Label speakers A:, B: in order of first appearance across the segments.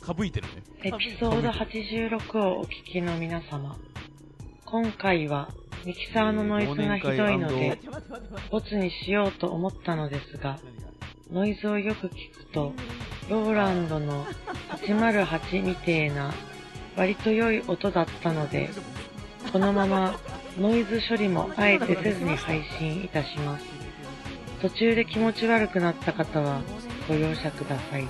A: かぶいてるね。
B: エピソード86をお聞きの皆様。今回はミキサーのノイズがひどいので、ボツにしようと思ったのですが、ノイズをよく聞くと、ローランドの108みてえな、割と良い音だったので、このままノイズ処理もあえてせずに配信いたします。途中で気持ち悪くなった方はご容赦ください。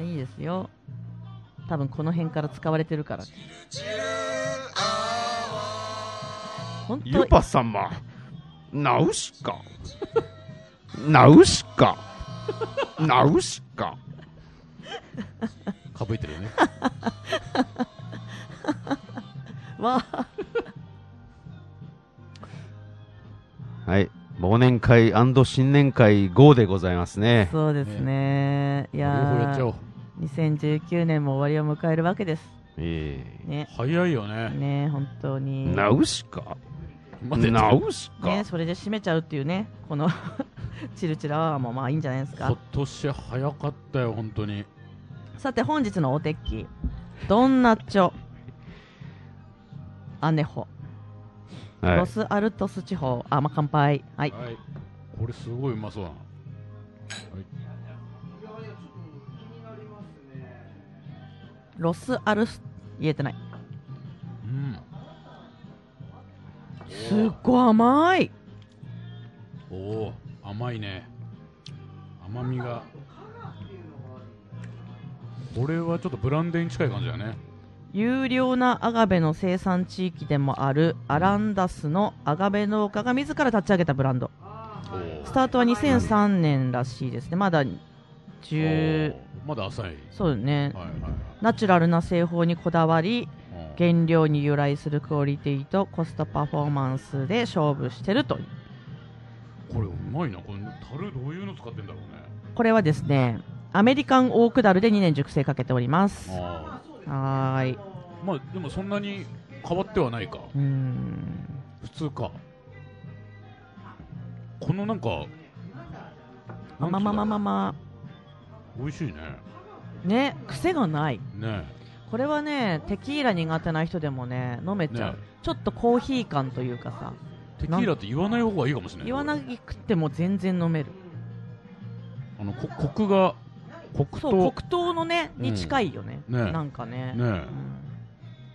C: いいですよ多分この辺から使われてるから本当
D: ユパ様、ナウシカ。ナウシカ。ナウシカ。
A: かぶいてるね。
C: わあ
D: はい。忘年会新年会5でございますね。
C: そうですねい
A: 両方やっ
C: や
A: ちゃおう
C: ー2019年も終わりを迎えるわけです
D: え
C: ね
A: 早いよね。
C: ね本当
D: え
C: に
D: ナウシカ。
A: 待って、
D: ナウシカ
C: ね。それで締めちゃうっていうねこの チルチルアワーもまあいいんじゃないですか
A: 今年早かったよ、本当に。
C: さて本日のお手きどんなちょアネホ
D: は
C: ロ
D: い。
C: スアルトス地方あまあ乾杯はい
A: はい。これすごいうまそうだな。
C: ロスアルス言えてない
A: うん。
C: すっごい甘い
A: おおー、甘いね。甘みが。これはちょっとブランデーに近い感じだね。
C: 有料なアガベの生産地域でもあるアランダスのアガベ農家が自ら立ち上げたブランド
A: おお
C: ス。タートは2003年らしいですねまだ10
A: まだ浅い。
C: そうよね、
A: はいはい
C: ナチュラルな製法にこだわり
A: はい。うん
C: 原料に由来するクオリティとコストパフォーマンスで勝負してるという
A: これうまいな。これ樽どういうの使ってんだろうね。
C: これはですねアメリカンオークダルで2年熟成かけておりますは
A: あ
C: ーい
A: あ。まあでもそんなに変わってはないか。
C: うーん
A: 普通か。このなんか。
C: まあまあまあまあまあま
A: 美味しいね。
C: あね癖がない
A: ね
C: これはねテキーラ苦手な人でもね飲めちゃう、
A: ね
C: ちょっとコーヒー感というかさ
A: えテキーラって言わない方がいいかもしれない。
C: 言わなくても全然飲める
A: あの、こコクが、コク
C: そう
A: と
C: 黒、糖のね
A: うん
C: に近いよね,、
A: ね
C: なんか
A: ね
C: ねうん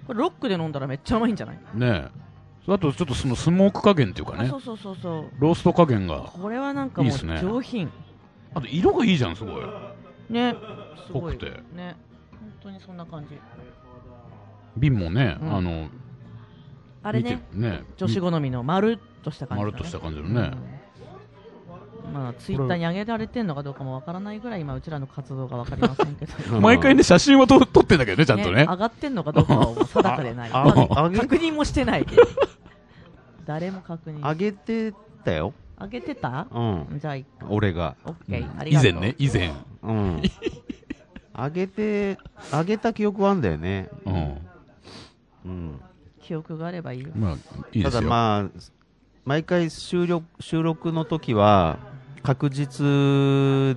C: これロックで飲んだらめっちゃうまいんじゃない、
A: え、ねえ。あとちょっとそのスモーク加減っていうか
C: あ
A: ね
C: そ、うそうそうそう
A: ロースト加減が、
C: これはなんか
A: い
C: も
A: いうっすね
C: 上品
A: あと色がいいじゃん、すごい。
C: ねすごい
A: 濃くて
C: ね本当にそんな感じ
A: 瓶もね、
C: うん
A: あの、
C: あれ
A: 見
C: ね
A: てね
C: 女子好みのまるっとした感じ、
A: ま
C: ね、
A: るっとした感じのね。
C: うんまあ、ツイッターに上げられてるのかどうかもわからないぐらい今うちらの活動がわかりません けど
A: 毎回ね、写真はと撮ってんだけどね、ちゃんとね。
C: 上がってんのかどうかは定かでない
D: あ
C: まだ
D: ああげ
C: 確認もしてない誰も確認
D: あげてたよ。
C: 上げてた
D: うん。
C: じゃあい
D: 俺が。
C: オッケー、あり
A: 以
C: がとう
A: 前ね、以前。
D: うん。あげて、あげた記憶はあんだよね。
A: うん。
D: うん。
C: 記憶があればいいよ
A: まあ、いいで
D: た
A: す
D: だ
A: よ。
D: まあ、毎回収録、収録の時は、確実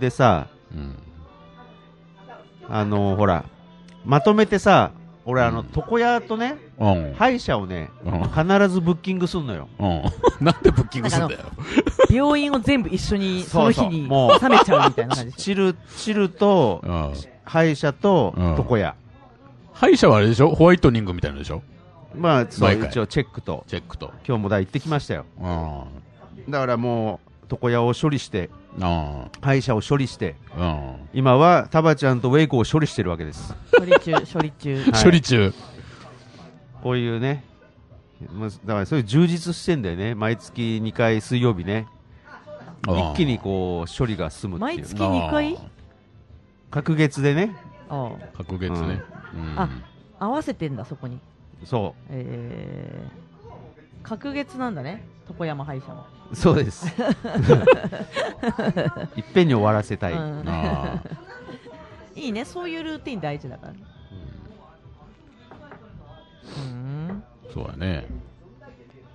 D: でさ、
A: うん。
D: あのほら、まとめてさ、俺あ
A: う
D: の、
A: ん
D: 床屋とね、
A: うん。
D: 歯医者をね、
A: うん
D: 必ずブッキングすんのよ。
A: うん。 なんでブッキングすんだよ。
C: 病院を全部一緒にそ
D: そ
C: の
D: うそ
C: 日
D: う
C: に
D: もう
C: 冷めちゃうみたいな感じです
D: チル、チルと、
A: うん
D: 歯医者と
A: うん、
D: 床屋。
A: 歯医者はあれでしょホワイトニングみたいなのでしょ
D: まあ、そう、
A: 毎回
D: 一応チェックと。
A: チェックと。
D: 今日もだ、行ってきましたよ。
A: うん。あ
D: だからもう、床屋を処理して、
A: あ。
D: 歯医者を処理して、
A: うん。
D: 今は、タバちゃんとウェイクを処理してるわけです。
C: 処理中処理中
D: は い
A: 処理中。
D: こういうね、まあだからそういう充実してんだよね。毎月2回水曜日ね。
A: うん
D: 一気にこう、処理が進むってい
C: 毎
D: う。
C: 月2回
A: あ
D: 隔月でね、
C: ああ
A: あ隔月ね。うん
C: あ合わせてんだそこに
D: そ
C: えー、隔月なんだね床山歯医者も、
D: う、そ うです。いっぺんに終わらせたい。
C: うん
A: ああ。
C: いいねそういうルーティン大事だからねうん
A: そうだね。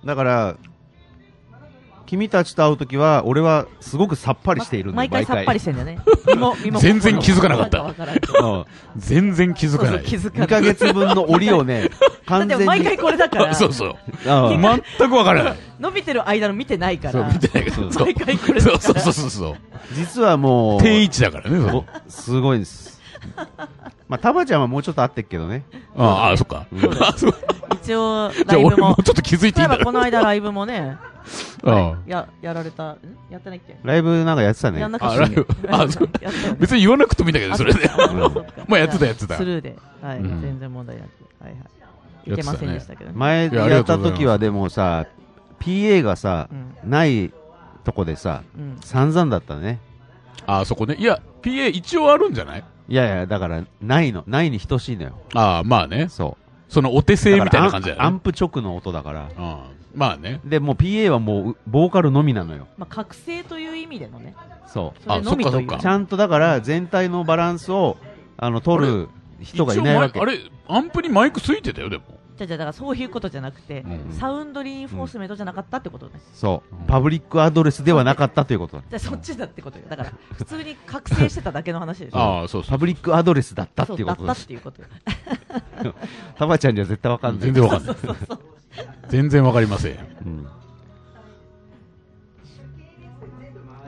D: だから、君たちと会うときは、俺はすごくさっぱりしているんだ
C: 毎回さっぱりしてんだ よね。身も身も
A: 全然気づかなかった
C: 心もわらんけど
D: うん
A: 全然気づ
C: そう
A: か
C: そ
A: な
C: う気
A: い。
C: づか
D: 2
C: な
D: ヶ
C: い。
D: 月分の檻を
C: だ
D: ね、
C: っ
D: 完
C: て
D: 全に。
C: 毎回これだか ら、
A: そうそう。
D: うん
A: 全くわからない。
C: 伸びてる間の見てないか
A: そう、
C: ら
A: 見、てないから。そう
C: 毎回これだ
A: そう
C: か
A: そう
C: ら
A: そうそうそう。
D: 実はもう、
A: 定位置だからね、そう
D: おすごいんです。まあ、タマちゃんはもうちょっと会ってっけどね。
A: ああ、そっか。
D: そうだ
A: あそう
C: 一応、
A: じゃ
C: ラ
A: あ
C: イブ
A: 俺も
C: も
A: う、ちょっと気づいていい
C: 例え
A: んだ
C: ば
A: ろ
C: この間ライブもね、
A: うん
C: ややられた、んやってないっけ
D: ライブなんかやってたね。
C: やんな
A: あ、
C: かった
A: ラ
C: っ
A: イ
C: け
A: ブ。あ、そう
C: やったよね
A: 別に言わなくてもいいんだけど、
C: あ
A: それで。
C: っかそっか
A: まあやってたやってた
C: スルーで。はい。
A: うん
C: 全然問題なく。はいはい。
A: や
C: い
A: ってたね
C: けませんでしたけどね。
D: 前
A: いやありが
D: やっ
A: とう
D: た
A: ございます
D: 時はでもさ、PA がさ
C: う、ん。
D: ないとこでさ、
C: うん。
D: 散々だったね。
A: あ、そこね。いや、PA 一応あるんじゃない
D: いやいや、だから、ないの、ないに等しいのよ。
A: ああ、まあね。
D: そ
A: そのお手
D: う。
A: 製みたいな感じだ
D: アンア
A: よね
D: ン。プ直の音だから。
A: うんまあね。
D: で、もう PA はもう、ボーカルのみなのよ。
C: まあ、覚醒という意味でのね。
D: そ
C: それのみ
A: あ
C: と
A: そ
C: い
A: っ
C: う。
A: かそっか
D: う。ちゃんとだから、全体のバランスを、あの、取る人がいないわけ
A: 一応。マイあれ、アンプにマイクついてたよ、でも。
C: じゃあじゃあだからそういうことじゃなくて、
A: うん
C: サウンドリインフォースメントじゃなかったってことね。
D: そう。パブリックアドレスではなかったということだ。
C: じゃあそっちだってことよ。だから、普通に覚醒してただけの話でしょ。
A: ああ、そうそ
D: パ
A: う。
D: ブリックアドレスだったって
C: そう
D: いう
C: だ
D: こ
C: っ
D: と
C: た
D: だ
C: っていうことよ。
D: タマちゃんには絶対わかんない。
A: 全然わかんない。全然わかりません。
D: うん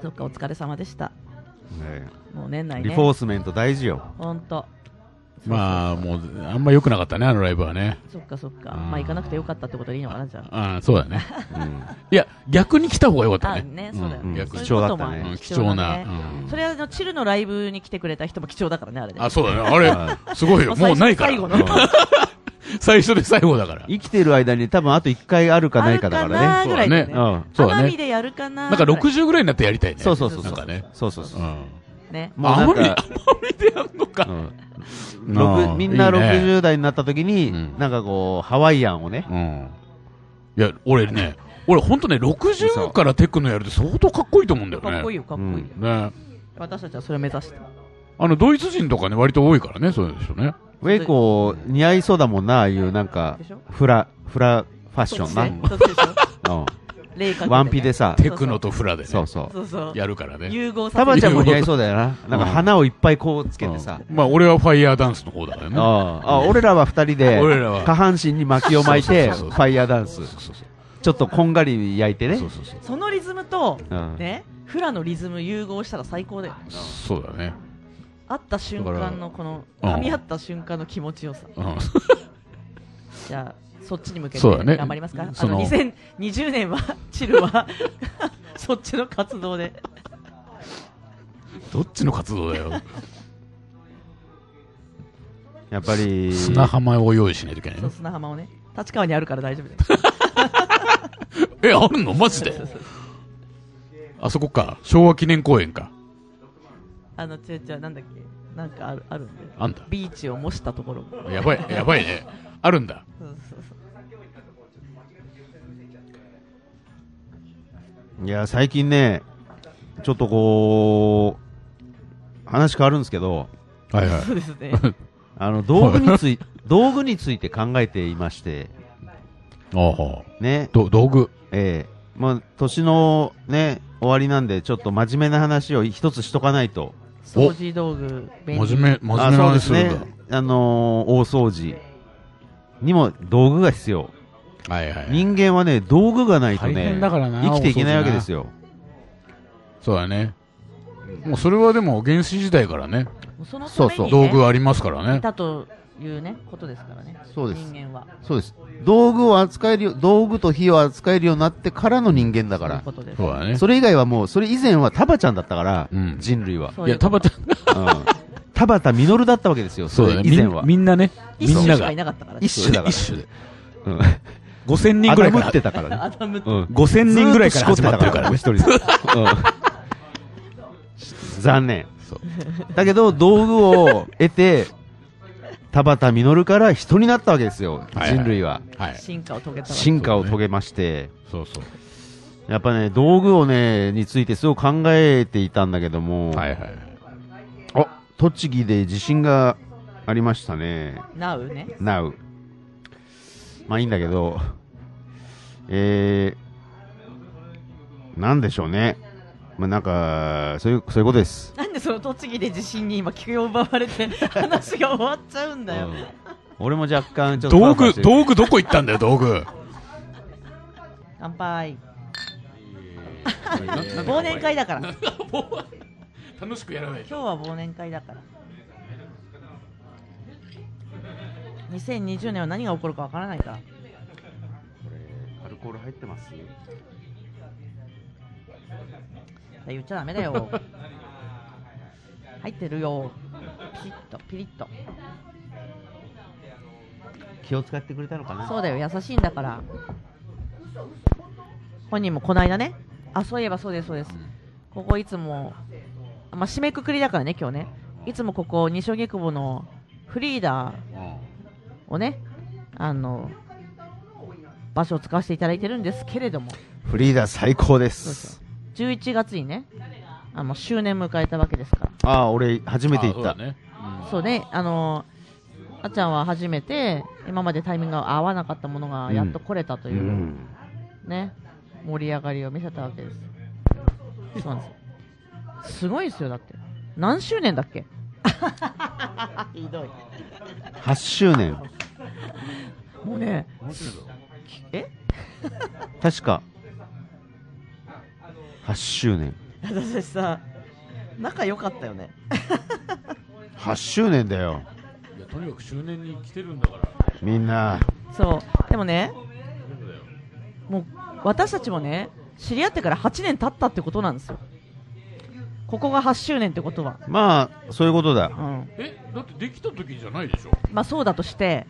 C: そっか、お疲れ様でした。
D: ね
C: もう年
D: え
C: 内ね。
D: リフォースメント大事よ。
C: ほんと。
A: まあ、もう、あんま良くなかったね、あのライブはね。
C: そっかそっか。
A: うん
C: まあ行かなくてよかったってことでいいのかな、じゃあ。
A: ああ、そうだね。
D: うん
A: いや、逆に来た方が良かった
C: あ
A: ね。
C: ね、そうだよ
A: うん
C: ね。
A: 逆に
C: そういうことも
D: 貴重だったね
A: う
C: あ
A: ん
C: る
A: 貴重な
C: ね。それはあのチルのライブに来てくれた人も貴重だからね、あれ
A: うん
C: で。
A: あ、そうだね。あれ、
D: はい
A: すごいよ。もうないから
C: 最。後
D: う
C: の
D: ん。
A: 最初で最後だから。
D: 生きてる間に多分あと1回あるかないかだから
C: あるかな
D: ね。
C: ぐらいだよね。
A: そうだねそうだ
D: うん
C: 奄美
A: ね。
C: でやるかな
A: なんか60ぐらいになってやりたいね。
D: そうそうそう。
A: なんかね。
D: そうそうそうう。
A: ん。
C: ね。
D: もうなんか、
A: 奄美でやんのか
D: う。ん
A: あ
D: 六
A: あ
D: みんない
A: いね
D: 60代になった時に
A: うん、
D: なんかこう、ハワイアンをね、
A: うん。いや、俺ね、俺ほんとね、60からテクノやるって相当かっこいいと思うんだよね。
C: かっこいいよ、かっこいいよ。
D: うん
A: ね。
C: 私たちはそれを目指して。
A: あの、ドイツ人とかね、割と多いからね、そういう人ね。
D: ウェイコー似合いそうだもんな、ああいうなんか
C: でしょ、
D: フラ、フラファッシ
C: そっ
D: ョ
C: ち
D: ン
C: ね
D: な。
C: そっちでしょ
D: うん
C: 霊感
D: ワンピでさ
A: テクノとフラでね。
D: そうそう。
C: そうそう。
A: やるからね。
C: 融合さ
D: タマ
C: せ
D: ち
C: て
D: ゃんも似合いそうだよな。なんか
A: うん
D: 花をいっぱいこうつけてさ。
A: まあ、俺はファイヤーダンスの方だからね。
D: ああ、俺らは二人で
A: 俺らは、
D: 下半身に薪を巻いて、
A: そうそ
D: フ
A: うそうそう
D: ァイヤーダンス
A: そう。そうそう。
D: ちょっとこんがり焼いてね
A: そ。うそうそう。
C: そのリズムと、
D: うん
C: ね、フラのリズム融合したら最高だよ。
A: そうだね。
C: 会った瞬間のこの、
A: うん
C: 噛み合った瞬間の気持ちよさ。
A: うん。
C: じゃあ、そっちに向けて
A: そうだね
C: 頑張りますか。あ
A: そ
C: の、
A: の
C: 2020年は、 チルは、そっちの活動で。
A: どっちの活動だよ。
D: やっぱり、
A: 砂浜を用意しないといけない
C: そ
A: ね
C: う。砂浜をね、立川にあるから大丈夫です。
A: え、あるのマジであそこか。昭和記念公園か。
C: あの、ちょちょ、なんだっけ、なんかある、あるんで。
A: あんだ。
C: ビーチを模したところ。そう
A: やばい、やばいね。あるんだ。
C: そうそう。
D: いや、最近ね、ちょっとこう、話変わるんですけど、
A: はいはい
C: そう。ですね。
D: あの、道具につい、 道具について考えていまして、
A: ああ。
D: ね、
A: ど道具。
D: ええまあ、年のね、終わりなんで、ちょっと真面目な話を一つしとかないと。
C: 掃除道具、便利
A: 真面目、真面
D: あ
A: 目な
D: そう
A: 話
D: です
A: するん
D: ね
A: だ。。
D: あのー大掃除にも道具が必要。
A: はいはい。
D: 人間はね、道具がないと
A: 大
D: ね
A: 変、だからな
D: 生きていけないわけですよ。
A: そうだね。もうそれはでも原始時代からね、
C: そのた
D: そう
C: めに、
D: そう
C: ね、
A: 道具ありますからね。
C: だというね、ことですからね。
D: そうです
C: 人間は。
D: そうです。道具を扱えるよ、道具と火を扱えるようになってからの人間だ
C: そ
D: か
C: ういう
D: ら。
C: ことです。
A: そうだね。
D: それ以外はもう、それ以前はタバちゃんだったから、
A: うん
D: 人類は。
C: そう
A: いや、
C: うこ
A: 田
C: と
A: 畑、
D: うん田畑稔だったわけですよ、そ
A: そうだ
D: れ
A: ね。
D: 以前は。
A: みんみんなね、み
C: 一
A: ん
C: 種
A: な
C: しか
A: が
C: い。なかったからね。
D: 一種だから。
A: 一種で。
D: うん。
A: 5000人ぐらいか
D: 頭打
A: ら
D: って。たからね。
C: アダムと
D: うん。
A: 5000人ぐらいから始まってるからね。
D: ずーっとしこってたからね、一人で。うん。残念。
A: そう
D: だけど、道具を得て、田畑実から人になったわけですよ、
A: はいはい
D: 人類は。
A: はい。
C: 進化を遂げたから。
D: 進化を遂げまして、
A: そうそう。
D: やっぱね、道具をね、についてすごく考えていたんだけども、
A: はいはい。
D: あ、栃木で地震がありましたね。
C: なうね。
D: なう。まあいいんだけど、えー、なんでしょうね。まあ、なんか、そういう、そういうことです。
C: なんでその栃木で地震に今気を奪われ て話が終わっちゃうんだよ、
D: うん俺も若干、ちょっとパ
A: 道
D: ラパラ
A: 具、
D: してる。
A: 道具どこ行ったんだよ、道具。
C: 乾杯
D: な
C: 忘年会だから今
A: 楽しくやらない
C: 日は忘年会だから2020年は何が起こるかわからないから
D: アルコール入ってます
C: 言っちゃダメだよ 入ってるよピリッとピリッと
D: 気を使ってくれたのかな
C: そうだよ優しいんだから本人もこの間ねあそういえばそうですそうですここいつも、まあ、締めくくりだからね今日ねいつもここ西荻窪のフリーダーをねあの場所を使わせていただいてるんですけれども
D: フリーダー最
C: そう
D: 高で
C: ですす。11月にねあの周年迎えたわけですから
D: ああ、俺、初め
A: あ
D: て行
A: そう
D: った
A: だ。ね。
C: そうね、あのあっちゃんは初めて今までタイミングが合わなかったものがやっと来れたと
D: う
C: いう、
D: ん。
C: ね盛り上がりを見せたわけです。そうなんです。すごいですよだって。何周年だっけ？ひどい。
D: 8周年。
C: もうね、え？
D: 確か。8周年。
C: 私たちさ仲良かったよね。
D: 8周年だよ。
A: いやとにかく周年に来てるんだから。
D: みんな。
C: そう。でもね、もう私たちもね知り合ってから8年経ったってことなんですよ。ここが8周年ってことは。
D: まあ、そういうことだ。
C: うん。
A: え、だってできた時じゃないでしょ。
C: まあそうだとして、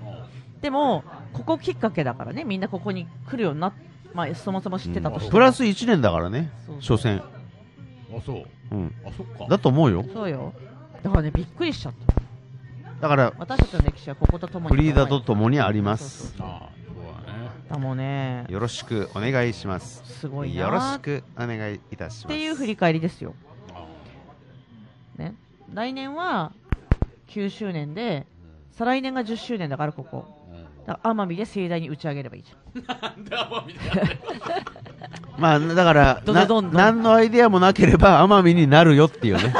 C: でも、ここきっかけだからね、みんなここに来るようになっまあそもそも知ってたとして、
D: プラス1年だからね。
C: そう
D: 所詮。
A: あ、そう。
D: うん。
A: あ、そっか。
D: だと思うよ。
C: そうよ。だからね、びっくりしちゃった。
D: だから、
C: 私たちの歴史はこことともに。
D: フリーダとともにあります。
A: ああ、そうだね。
C: だもんね、
D: よろしくお願いします。
C: すごいな。
D: よろしくお願いいたし
C: っ
D: ます。
C: ていう振り返りですよ。
A: あ
C: ね。来年は9周年で、再来年が10周年だから、ここ。だから奄美で盛大に打ち上げればいいじゃん。
A: なんで奄美だよ。
D: まあ、だから、
C: どんど
D: なん
C: どんどん
D: 何のアイデアもなければ奄美になるよっていう ね。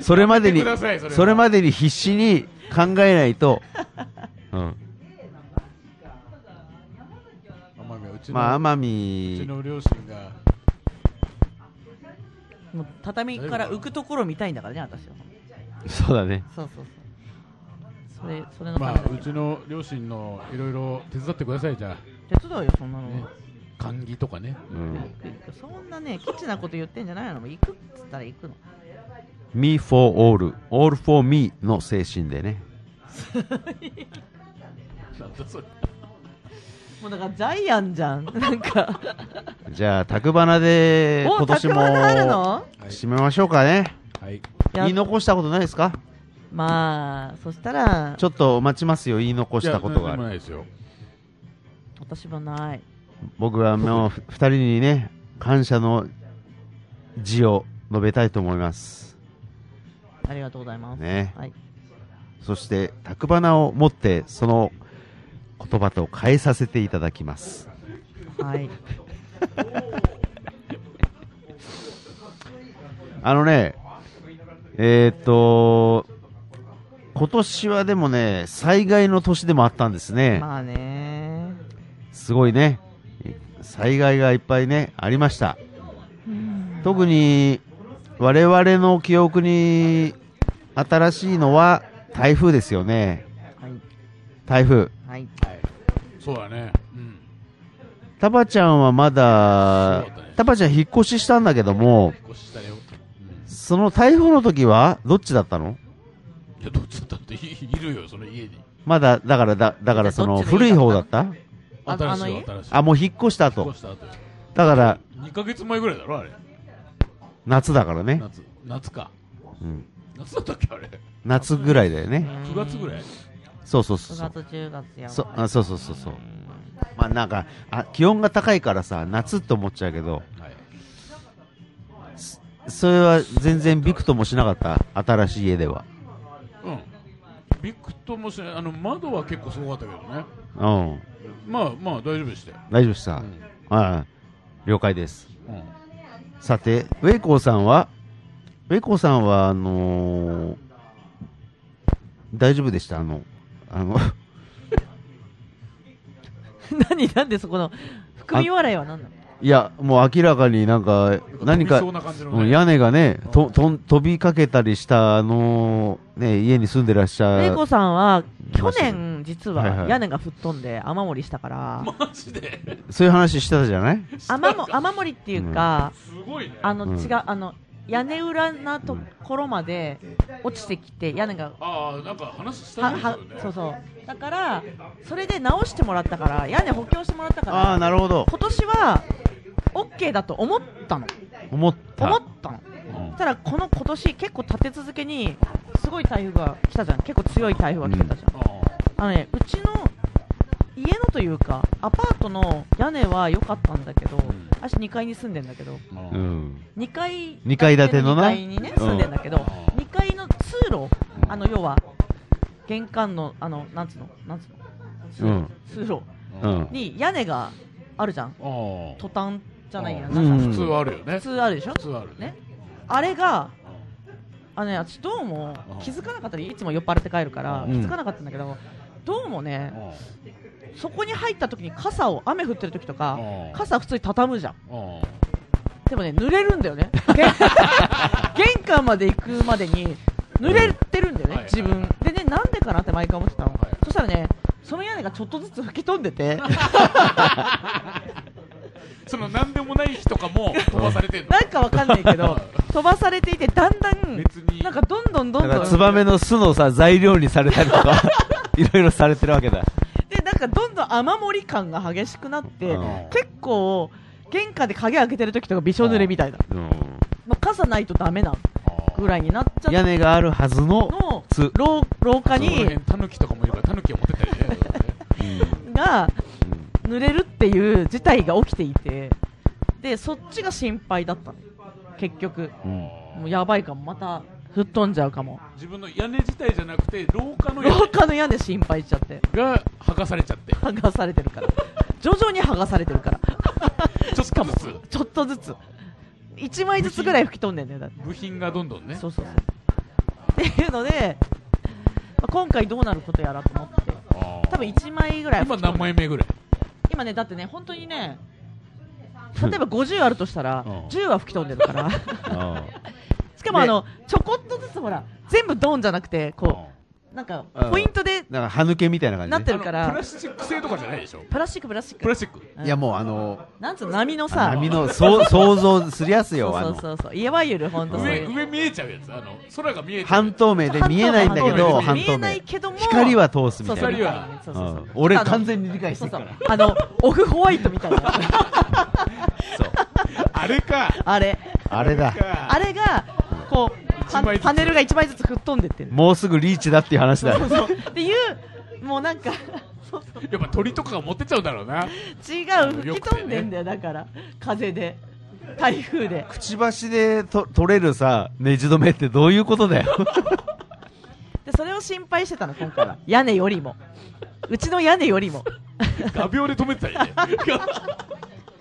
D: それまでに
A: やめてくださいそれは
D: それまでに必死に考えないと、うん、
A: 奄美はうちの、
D: まあ奄
A: うち
D: 美
A: の両親が、
C: もう畳から浮くところ見たいんだからね、私は。
D: そうだね
C: そうそうそう。それ、それの
A: ま
C: た
A: あ
C: めだけ
A: うちの両親のいろいろ手伝ってくださいじゃ
C: 手伝うよ、そんなの
A: あ、
C: は。
A: ね、管理とかね。
D: うん
C: そんなね、ケチなこと言ってんじゃないの。もう行くっつったら行くの。
D: 「me for all all for me」の精神でね
A: なんだそれ。
C: もうだからジャイアンじゃん。なんか。
D: じゃあ宅花で
C: お
D: 今年も
C: 宅花あるの
D: 締めましょうかね
A: はい。
C: や
D: 言い残したことないですか
C: まあ、そしたら、
D: ちょっと待ちますよ言い残したことがあ
A: いやなんでも
D: る
A: ないですよ。
C: 私もない。
D: 僕はもう2人にね感謝の字を述べたいと思います
C: ありがとうございます。
D: ね
C: はい。
D: そして、卓花を持って、その言葉と変えさせていただきます。
C: はい。
D: あのね、えーっと、今年はでもね、災害の年でもあったんですね。
C: まあね。
D: すごいね。災害がいっぱいね、ありました。特に、我々の記憶に新しいのは台風ですよね。
C: はい。
D: 台風。
C: はい。
A: そうだね。うん。
D: タバちゃんはまだ
A: そうだね、
D: タバちゃん引っ越ししたんだけども、
A: 引っ越ししたよ。
D: その台風の時はどっちだったの
A: いや、どっちだったっていいるよ、その家に。
D: まだ、だから、だだからその
C: どっちの
D: 古
C: 家
D: い
C: だった
D: 方だった
A: 新
C: あ
A: しい
C: あの
A: よ
C: 家、
A: 新しい。
D: あ、もう引っ越した
A: 引っ
D: 後
A: 越。した後よ。
D: だから、
A: 2ヶ月前ぐらいだろ、あれ。
D: 夏だからね。
A: 夏。夏か。
D: うん。
A: 夏だったっけ、あれ。
D: 夏ぐらいだよね。
A: 9月ぐらい。
D: そうそうそう
C: 9
D: そう。
C: 月、10月や
D: そ
C: ばい。
D: あそうそうそうそう。まあなんかあ、気温が高いからさ、夏って思っちゃうけど、
A: はい。
D: それは全然びくともしなかった、新しい家では。
A: うん。びくともしない。あの、窓は結構すごかったけどね。
D: うん。
A: まあまあ、大丈夫でしたよ。
D: 大丈夫でした。
A: うん
D: ああ。了解です。
E: うん
D: さて、ウェイコーさんは、ウェイコーさんは、あのー大丈夫でしたあの、あの、
C: 何なん でそこの含み笑いは何なの
D: いや、もう明らかになんか、何か、
A: 飛びそうな感じの
D: う
A: ね
D: ん屋根がね、と、とん、飛びかけたりした、あのーね、家に住んでらっしゃ
C: 玲
D: る
C: 子。さんは去
D: い
C: 年実
D: はいは
C: はい屋根が吹っ飛んで雨漏りしたから
A: マジで
D: そういう話してたじゃない
C: 雨も雨漏りっていうか、
A: すごいね。
C: あの
D: うん
C: 違うあの屋根裏なところまで落ちてきて屋根が
A: ああ、なんか話した
C: は
A: んですよ
C: は
A: ね。
C: そうそうだからそれで直してもらったから屋根補強してもらったか
D: ああー、
C: ら
D: なるほど。
C: 今年は OK だと思ったの
D: 思っ。
C: 思ったたのそしたらこの今年結構立て続けにすごい台風が来たじゃん結構強い台風が来てたじゃん、あのねうちの家のというかアパートの屋根は良かったんだけど、私2階に住んでんだけど
E: うん
D: う
E: うん
D: ん。
C: 2階
D: 二階建てのな
C: 2階にね住んでんだけど、
E: うん
C: 2階の通路あの要は玄関のあのなんつうのなんつうの通路,、通
D: う
E: うん
D: ん
C: 路。に屋根があるじゃん
E: うん
C: トタンじゃないや、
E: うん
C: なんか
A: 普通はあるよね
C: 普。通あるでしょ
A: 普通はあるね
C: ね。あれがあのね私どうも気づかなかったりいつも酔っ払って帰るから
E: う
C: 気
D: ん
C: づかなかったんだけどどうもねそこに入った時に傘を雨降ってる時とか
E: うん
C: 傘普通に畳むじゃん
E: うん
C: でもね濡れるんだよ ね玄玄関まで行くまでに濡れてるんだよね、
A: はい
C: 自分でねなんでかなって毎回思ってたの、
A: はい
C: そしたらねその屋根がちょっとずつ吹き飛んでて
A: その何でもない日とかも飛ばされてんの。
C: なんかわかんないけど飛ばされていてだんだん
A: 別に
C: なんかどんどんど
D: なんん
C: どん
D: か、ツバメの巣のさ、材料にされたりと か、いろいろされてるわけだ。
C: でなんかどんどん雨漏り感が激しくなって、
D: うん
C: 結構玄関で鍵開けてる時とかびしょ濡れみたいな、
D: うん
C: もう傘ないとダメなぐらいになっちゃっ
D: 屋
C: た
D: 根があるはずの、
C: の
D: つ、
C: 廊廊下
A: その
C: に
A: 辺タヌキとかもいるからタヌキを持ってったり ね。
D: うん
C: が濡れるっていう事態が起きていてでそっちが心配だったの結局
D: うん
C: もうやばいかもまた吹っ飛んじゃうかも
A: 自分の屋根自体じゃなくて廊下の屋
C: 廊下の屋根心配しちゃって
A: 根が剥がされちゃって。
C: 剥がされてるから徐々に剥がされてるから
A: ちょっとずつ
C: ちょっとずつ1枚ずつぐらい吹き飛んでんだよだって
A: 部品がどんどんね。
C: そうそうそう。っていうので、まあ今回どうなることやらと思って、多分1枚ぐらい。
A: 今何枚目ぐらい。
C: 今ね、だってね、本当にね、例えば50あるとしたら、
E: うん
C: 10は吹き飛んでるから。
D: あ
C: しかもあの、ちょこっとずつほら、全部ドンじゃなくて、こう、なんか
D: う、ん
C: ポイントで
D: ー、なんか歯抜けみたいな感じね
C: なってるか
A: あのプ
C: ら
A: ラ、スチック製とかじゃないでしょ。
C: プラスチックプラスチッ
A: プラ
C: ク。
A: スチック。
C: うん
D: いやもうあの
C: なんつうの、波のさ、
D: 波のそう想像すりやすい
C: そう
D: よあ
C: そう
D: の
C: そうそう。いわゆる本当そうい
A: 上
C: う。
A: 上見えちゃうやつ。あの空が見えちゃう
D: 半。透明で見えないんだけど
A: 半
D: 半
C: 見え
D: 透
C: ない
D: 明
C: けども、
D: 光は通す
C: そ
D: み
C: う
D: た
C: そう
D: い
A: 光
D: な
A: は
C: そうそうそう
D: うん俺
C: あの
D: 完全に理解し
C: そ
D: て
C: う
D: る
C: そ
D: か
C: う
D: ら。
C: あの、オフホワイトみたいな。
A: あれか。
C: あれ。
D: あれだ
A: か
C: あれが、こう、
A: 一
C: パ
A: 枚ずつ
C: パネルが1枚ずつ吹っ飛んでってる。
D: もうすぐリーチだっていう話だ
C: そうそう。っていう、もうなんか、そうそう。
A: やっぱ鳥とかが持ってっちゃうんだろうな。
C: 違う、吹き飛んでんだよ、だから。風で。台風で。
D: くちばしでと取れるさネジ止めってどういうことだよ
C: で、それを心配してたの、今回は。 屋根よりも。うちの屋根よりも。
A: 画鋲で止めてたよね。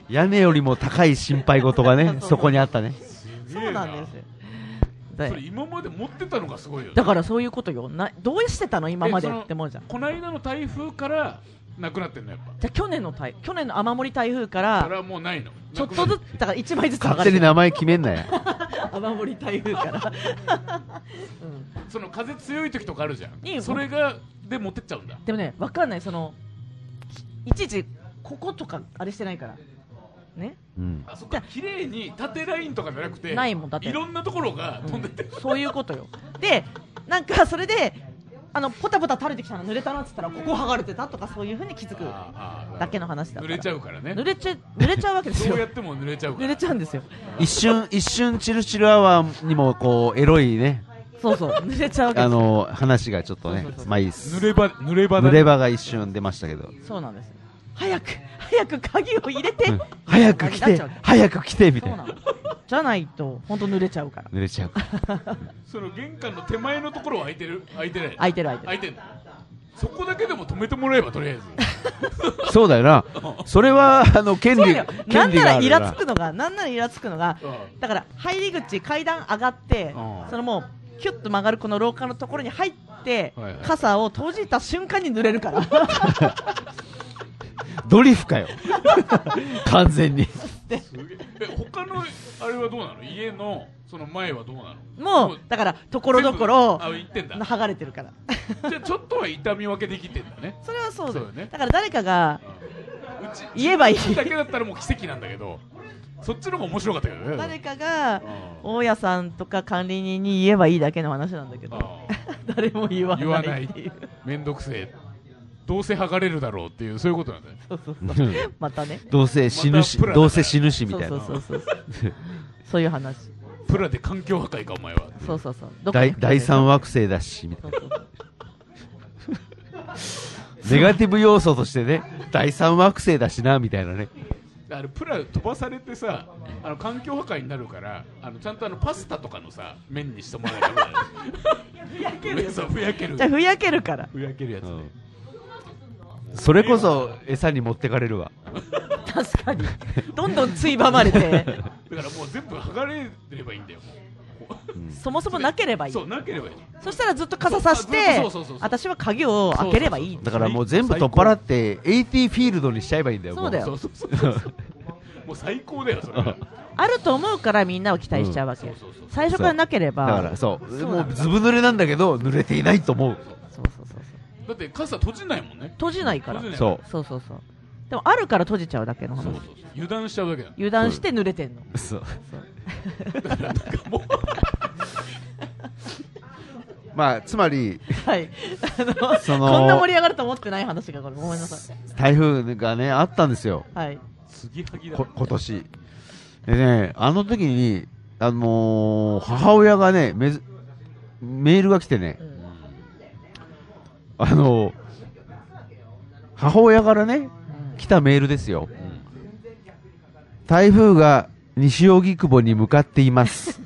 D: 屋根よりも高い心配事 がねそこにあったね
C: そうなんですよ。
A: それ
C: で
A: 今まで持ってたのがすごいよね。
C: だからそういうことよ。な、どうしてたの、今まで
A: えその
C: って思うじゃん。
A: この間の台風からなくなってんのやっぱ。
C: じゃあ去年の台、去年の雨漏り台風か
A: それ
C: ら、
A: はもうないの。
C: ちょっとずつ、だから1枚ずつ上が
D: 勝
C: る
D: 手に名前決めんなよ
C: 雨漏り台風から。 うん
A: その風強い時とかあるじゃん
C: いいよ
A: それがで持ってっちゃうんだ
C: でもね、わかんない、その、いちいち、こことか、あれしてないから。ね。
D: うん
A: あそっか綺麗に縦ラインとかじゃなくて
C: ないもんだって
A: いろんなところが飛んでってる、
C: そういうことよ。で、なんか、それで、あの、ポタポタ垂れてきたの、濡れたなって言ったら、ここ剥がれてたとか、そういうふうに気づく
A: ああ
C: だけの話だ
A: 濡
C: から。
A: れちゃうからね
C: 濡れちゃう、濡れちゃうわけです
A: ど
C: よ
A: うや。っても濡れちゃうか
C: 濡
A: ら
C: れちゃうんですよ。
D: 一瞬一瞬チルチルアワーにもこうエロいね
C: そうそう、濡れちゃうわけ
D: あ
C: で
D: の話がちょっとねまあいいっす
A: 濡れ場濡れ場だ
D: 濡れ場が一瞬出ましたけど
C: す。そうなんですよ。早く、早く鍵を入れて、
D: うん早く来
C: なっ
D: て
C: ちゃうわけ
D: 早く来てみた
C: そ
D: いう
C: な
D: な
C: の。じゃないと、本当濡れちゃうから。
D: 濡れちゃうから
A: その玄関の手前のところは開いてる開いてない
C: 開いてる開いてる。
A: 開いてるそこだけでも止めてもらえばとりあえず
D: そうだよな。それは、あの、権
C: そう
D: 利
C: だよ、な
D: 権
C: ん
D: 利
C: な
D: があ
C: ら
D: る
C: イ
D: か
C: ラつく
D: ら。
C: のがなんならイラつくのがだから入り口階段上がって
D: うん
C: そのもうキュッと曲がるこの廊下のところに入って
A: はいはい
C: 傘を閉じた瞬間に濡れるから
D: ドリフ かよ。完全に。
A: え他のあれはどうなの家のその前はどうなの
C: もうだからところどこ
A: 全
C: ろ
A: 部あ言ってんだ
C: 剥がれてるから
A: じゃあちょっとは痛み分けできてんだね
C: それはそうだよ
A: そうだよね
C: だから誰かが
A: うち
C: 言えばいい
A: 自分だけだったらもう奇跡なんだけどそっちの方が面白かったけどね
C: 誰かが
A: うん
C: 大家さんとか管理人に言えばいいだけの話なんだけど
A: あー
C: 誰も言わ
A: 言わ
C: な
A: ないい
C: っていう
A: めんどくせえどうせ剥がれるだろうっていうそういうことなんだよ
C: そうそう
D: う
C: そうんまたね
D: どうせ死ぬし
A: またプラ、だ
D: どうせ死ぬしみ
C: そう
D: たい
C: そう
D: な。
C: そうそうそういう話
A: プラで環境破壊かお前は
C: そうそうそうどっかに含まれる
D: 第第三惑星だし、みたい
C: そうそうそう
D: なネガティブ要素としてね、第三惑星だしな、みたいなね。
A: あれプラ飛ばされてさあの環境破壊になるからあのちゃんとあのパスタとかのさ麺にしてもらえばいいんだよ麺そうふやける
C: じゃあふやけるから
A: ふやけるやつ、
D: うんそれこそ餌に持ってかれるわ。
C: 確かにどんどんついばまれて
A: だからもう全部剥がれればいいんだよ
C: そもそもなければいい
A: そうなければいい
C: そしたらずっと傘さし
A: そ
C: て
A: うそうそうそう
C: 私は鍵を開ければいい
D: だからもう全部取っ払って、AT フィールドにしちゃえばいいんだよ。も
C: そうだよ
A: そうそうそうそうもう最高だよそれは
C: あると思うからみんなを期待しちゃうわけ、
A: うんそうそうそう
C: 最初からなければ
D: だからそう、
C: そう
D: も
C: なんだ
D: うずぶ濡れなんだけど、濡れていないと思う。
C: そうそうそうそう
A: だって傘閉じないもんね
C: 閉じないから
A: 閉じない
D: そ
C: そうそうそうでもあるから閉じちゃうだけの
A: そうそ
C: 話
A: うそう油断しちゃうだけだ
C: 油断して濡れてんの
D: う。 そう。
A: も
D: まあ、つまり、
C: はいあの
D: その
C: こんな盛り上がると思ってない話がこれごめんなさい
D: 台風がね、あったんですよ。
C: はいう
A: 継ぎはぎだ
D: こ今年でねあの時にあのー母親がねめずメールが来てね、
C: うん
D: あのー母親からね来たメールですよ、台風が西荻窪に向かっています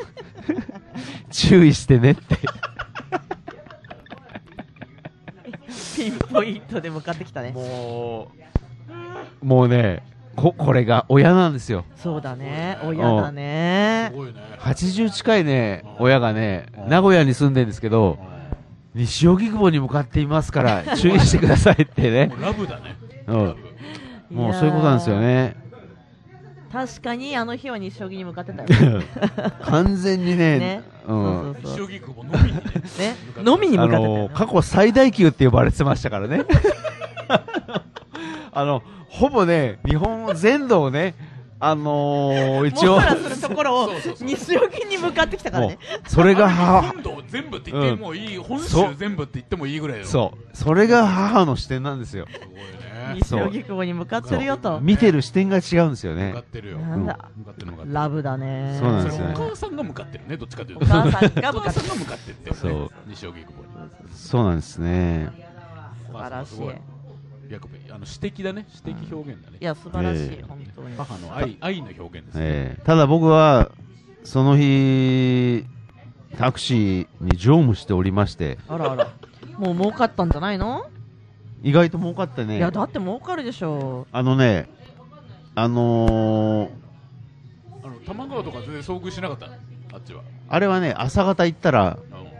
D: 注意してねって
C: ピンポイントで向かってきたね
D: もうもうねここれが親なんですよ
C: そうだね親だね
A: すごいね
D: 80近いね親がね名古屋に住んでるんですけど西荻窪に向かっていま すから注意してくださいってね
A: もうラブだね
D: うんもうそういうことなんです よね
C: 確かにあの日は西将棋に向かってたよ
D: 完全に ね
C: ね
D: う
C: そ
D: ん
C: うそう
A: 西
C: そう
A: 荻窪のみにね
C: ね飲みに
D: あ
C: 向かってたよ
D: の
C: ね
D: 過去最大級って呼ばれてましたから ねあのほぼね日本全土をねあのー一
C: も
D: 応
C: うそらするところを
A: そうそうそう
C: 西尾木に向かってきたから
D: もう
C: ね
D: それが母
A: 本土全部って言ってもいい、本
D: そう
A: 州全部って言ってもいいぐらいだよ
D: そうそれが母の視点なんですよ
A: すごいね
C: 西尾木久保に向かってるよと
D: 見てる視点が違うんですよ
A: 向
D: ね
A: かってるよ
C: なんだ
A: 向かってる向かってる
C: ラブだね
D: そうなん
A: それ
D: です
A: お
D: よね
A: 母さんが向かってるねどっちかという
C: お
A: と
C: 母さんが
A: お
C: 向か
A: 母
C: って
A: さ
C: る
A: んが向かってって
D: そ
A: そうう西荻窪に
D: そうなんですね
C: 素
A: お母
C: 晴らしい
A: さんはすごいやこれあの詩的だね詩的表現だね
C: いや素晴らし
D: え
C: い
D: え
C: 本当に
A: 母の愛愛の表現ですね、
D: ええただ僕は、その日、タクシーに乗務しておりまして、
C: あらあらもう儲かったんじゃないの
D: 意外と儲かった
C: い
D: ね
C: や。だって儲かるでしょ
D: あのね、あのー
A: あの玉川とか全然遭遇しなかったあっちは
D: あれはね、朝方行ったら、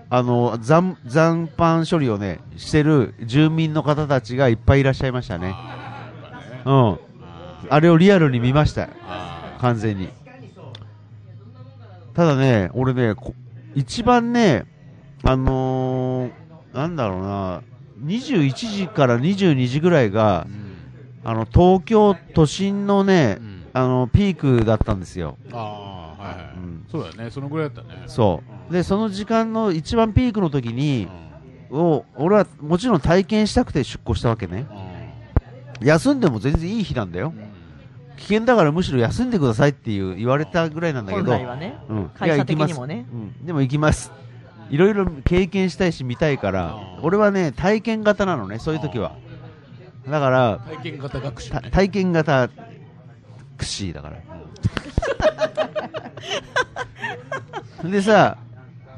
A: あの
D: あの残、残飯処理をね、してる住民の方たちがいっぱいいらっしゃいましたね。
A: あーやっぱね
D: うん。
A: あ
D: あれをリアルに見ました。
A: ーあ
D: 完全に。ただね、俺ね、こ一番ね、あのーなんだろうな、21時から22時ぐらいが
A: ー、うん
D: あの、東京都心のね
A: う、ん
D: あの、ピークだったんですよ。
A: あーはいはい、
D: うん
A: そうだよねそのぐらいだったね
D: そう。で、その時間の一番ピークの時
A: う
D: に
A: ん、
D: を、俺はもちろん体験したくて出航したわけね。休んでも全然いい日なんだよ
A: う。ん
D: 危険だからむしろ休んでくださいっていう言われたぐらいなんだけ
C: 本
D: ど、
C: 来はね
D: うん、
C: 会
D: いや
C: 社
D: 行き
C: 的
D: ます
C: にもね
D: うん、でも行きます。いろいろ経験したいし見たいから
A: あ、ー
D: 俺はね、体験型なのね、そういう時は。だから、
A: 体験型学習
D: た
A: ね
D: 体験型、クシーだから。 でさ、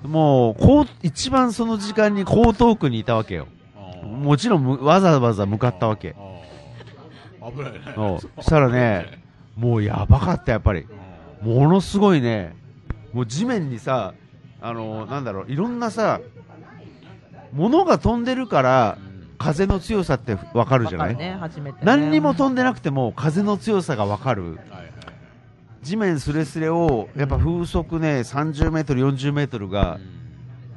D: もう、こう、一番その時間に江東区にいたわけよ。
A: あー
D: もちろんむ、わざわざ向かったわけ。
A: あー危ないね
D: おうしたらねもうやばかったやっぱりものすごいねもう地面にさあのなんだろういろんなさ物が飛んでるから風の強さってわかるじゃない、
C: わかね、初めて、ね。
D: 何にも飛んでなくても風の強さがわかる
A: はいはい
D: 地面すれすれをやっぱ風速ね30メートル40メートルが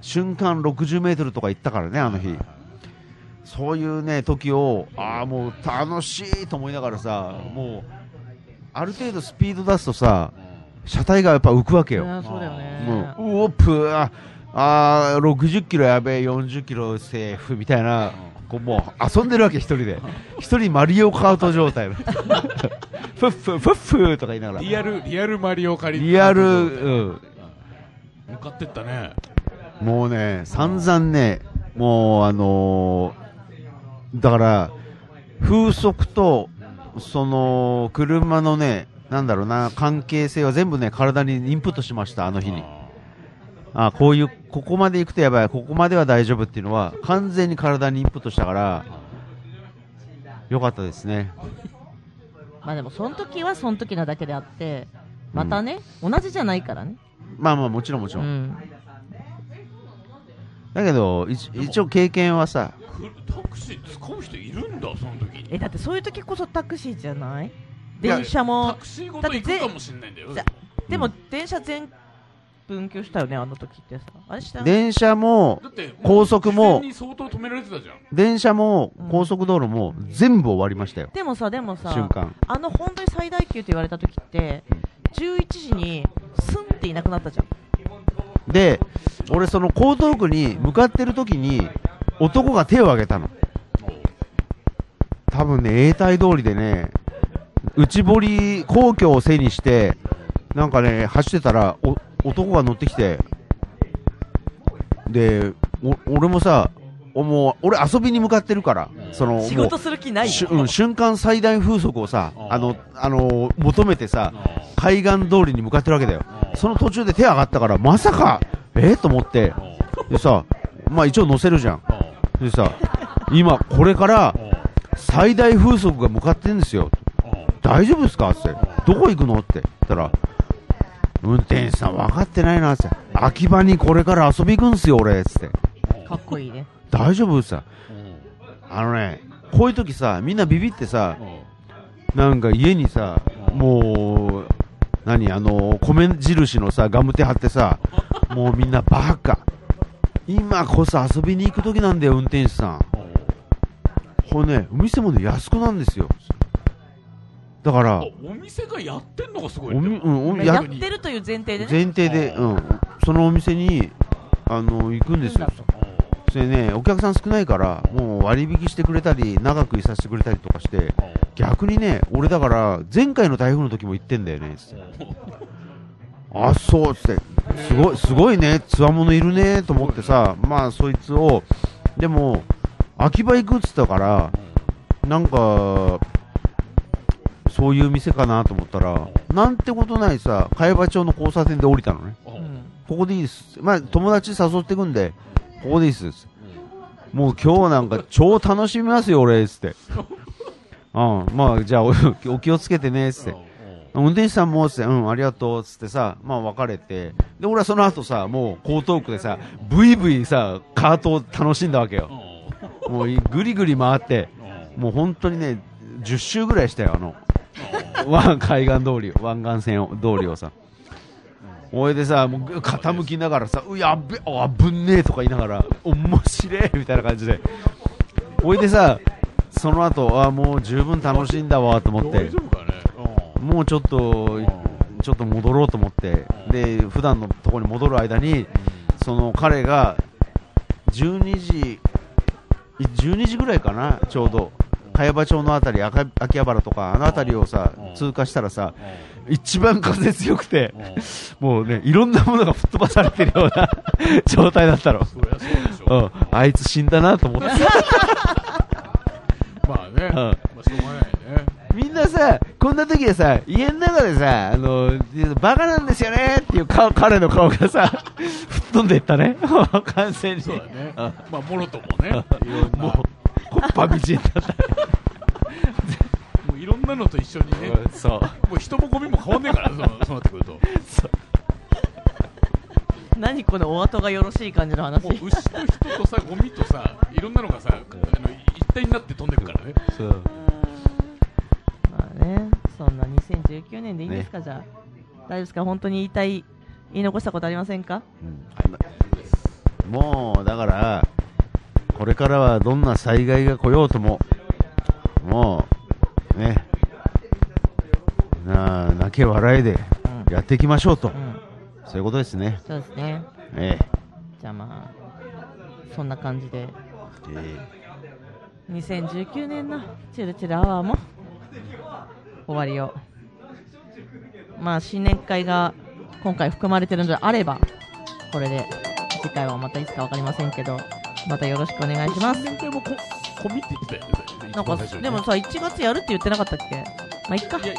D: 瞬間60メートルとか行ったからねあの日そういうね時をああもう楽しいと思いながらさもうある程度スピード出すとさ車体がやっぱ浮くわけよ
C: うんそうだよ
D: も
C: ね。
D: ううおぷーあー60キロやべえ40キロセーフみたいなこうもう遊んでるわけ一人で一人マリオカート状態のふっふーふっふーとか言いながら
A: リアルリアルマリオカリ
D: リアル、うん、
A: 向かってったね
D: もうね、散々ね、もうあのーだから、風速と、その、車のね、なんだろうな、関係性は全部ね、体にインプットしました、あの日に。あこういう、ここまで行くとやばい、ここまでは大丈夫っていうのは、完全に体にインプットしたから、よかったですね。
C: まあでも、その時はその時なだけであって、またね、同じじゃないからね。
D: まあまあ、もちろんもち
C: う
D: ろん。
C: ん。
D: だけど、一一応経験はさ、
A: くタクシー使う人いるんだその時に
C: え、だってそういう時こそタクシーじゃない
D: いや
C: 電車も
A: タ。クシーごと行くかもしれないんだよ
C: だってでも、電車全分休したよね、あの時ってさ。あれした
D: 電車も、
A: だって
D: 高速も
A: 事前に相当止められてたじゃん
D: 電車も高速道路も全部終わりましたよ、
C: でもさ、でも
D: 瞬
C: さ、
D: 間。
C: あの本当に最大級と言われた時って、11時にスンっていなくなったじゃん。
D: で、俺、その江東区に向かってる時に、男が手を挙げたの。多分ね、永代通りでね、内堀皇居を背にして、なんかね、走ってたら、お男が乗ってきて、で、お俺もさ、おもう俺遊びに向かってるから、その、
C: 仕
D: もう
C: 事する気ない
D: しゅうん、瞬間最大風速をさ、あの、あの求めてさ、海岸通りに向かってるわけだよ。その途中で手上がったから、まさか、えー、と思って、でさ、まあ一応乗せるじゃん。でさ、今、これから、最大風速が向かってんですよ。大丈夫ですかって。どこ行くのって。言ったら、運転手さん分かってないなって。秋葉にこれから遊び行くんすよ、俺。つって。
C: かっこいいね。
D: 大丈夫さ。あのね、こういう時さ、みんなビビってさ、なんか家にさ、もう、何、あの、米印のさ、ガム手貼って さ、もうみんなバカ。今こそ遊びに行く時なんだよ、運転手さん。これね、お店もね、安くなんですよ。だから、
A: お店がやってんのがすごい
D: お
A: んだ
D: み
A: よ
D: うん、おみ
C: や
D: や
C: ってるという前提でね。
D: 前提で、うん、そのお店に、あの、行くんですよ。それね、お客さん少ないから、もう割引してくれたり、長くいさせてくれたりとかして、逆にね、俺だから、前回の台風の時も行ってんだよね、つって。あ、そう、つって。すごい、すごいね、つわものいるね、と思ってさ、まあ、そいつを、でも、秋葉行くっつったから、なんか、そういう店かなと思ったら、なんてことないさ、茅場町の交差点で降りたのね。
C: うん。
D: ここでいいです。まあ、友達誘ってくんで、ここでいいです。もう今日なんか超楽しみますよ、俺、つって。うん、まあ、じゃあお、 お気をつけてね、つって。運転手さんも、つって、うん、ありがとう、つってさ、まあ別れて。で、俺はその後さ、もう江東区でさ、ブイブイさ、カートを楽しんだわけよ。もういぐりぐり回って、もう本当にね、10周ぐらいしたよ、あの、 湾海岸通りを、湾岸線を通りをさ。おいでさ、もう傾きながらさ、うやっべ、あぶんねえとか言いながら、面白いみたいな感じで。おいでさ、その後、あもう十分楽しんだわと思って
A: 大丈、夫かね
D: もうちょっと、ちょっと戻ろうと思って、で、普段のところに戻る間に、その彼が、12時、い12時ぐらいかな、ちょうど。茅場町のあたり、赤秋葉原とか、あのあたりをさ、通過したらさ、一番風強くて、 もうね、いろんなものが吹っ飛ばされてるような 状態だったの。
A: そりゃそうでし
D: う
A: ょ
D: ん、あいつ死んだなと思って。
A: まあね
D: ん
A: まあしょうがないね
D: みんなさ、こんな時はさ、家の中でさ、あの、バカなんですよねっていう顔、彼の顔がさ、 吹っ飛んでいったね。 完全に。
A: そうだね
D: うん
A: まあもろともねいろんな
D: もう、コッパみじんだった。
A: もういいろんなのと一緒にね、
F: そう
A: もう人もゴミも変わんねえから、そのそうなってくると、
C: 何このお後がよろしい感じの話
A: もう牛と人とさ、ゴミとさ、いろんなのがさ、あの一体になって飛んでくからね、
F: そう
C: まあねそんな2019年でいいんですか、じゃあ大丈夫ですか本当に言いたい言い残したことありませんか
D: もうだからこれからはどんな災害が来ようとももうねなあ泣け笑えで
C: うん
D: やっていきましょうと
C: うん
D: そういうことですね
C: そうですね
D: え
C: じゃあまあそんな感じで
D: え
C: 2019年のチルチルアワーも終わりをまあ新年会が今回含まれてるのであればこれで次回はまたいつか分かりませんけどまたよろしくお願いします
A: 新年会もこコミって言ってたよね、
C: なんか
A: 一番最初にね
C: でもさ1月やるって言ってなかったっけまあいっか
A: いや、いい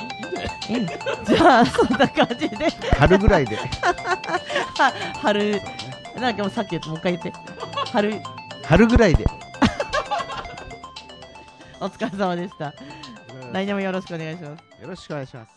A: いいんじゃない
C: うん じゃあそんな感じで
D: え春ぐらいで
C: は春なんかもうさっき言ってもう一回言って春
D: 春ぐらいで
C: お疲れ様でした来年もよろしくお願いします
D: よろしくお願いします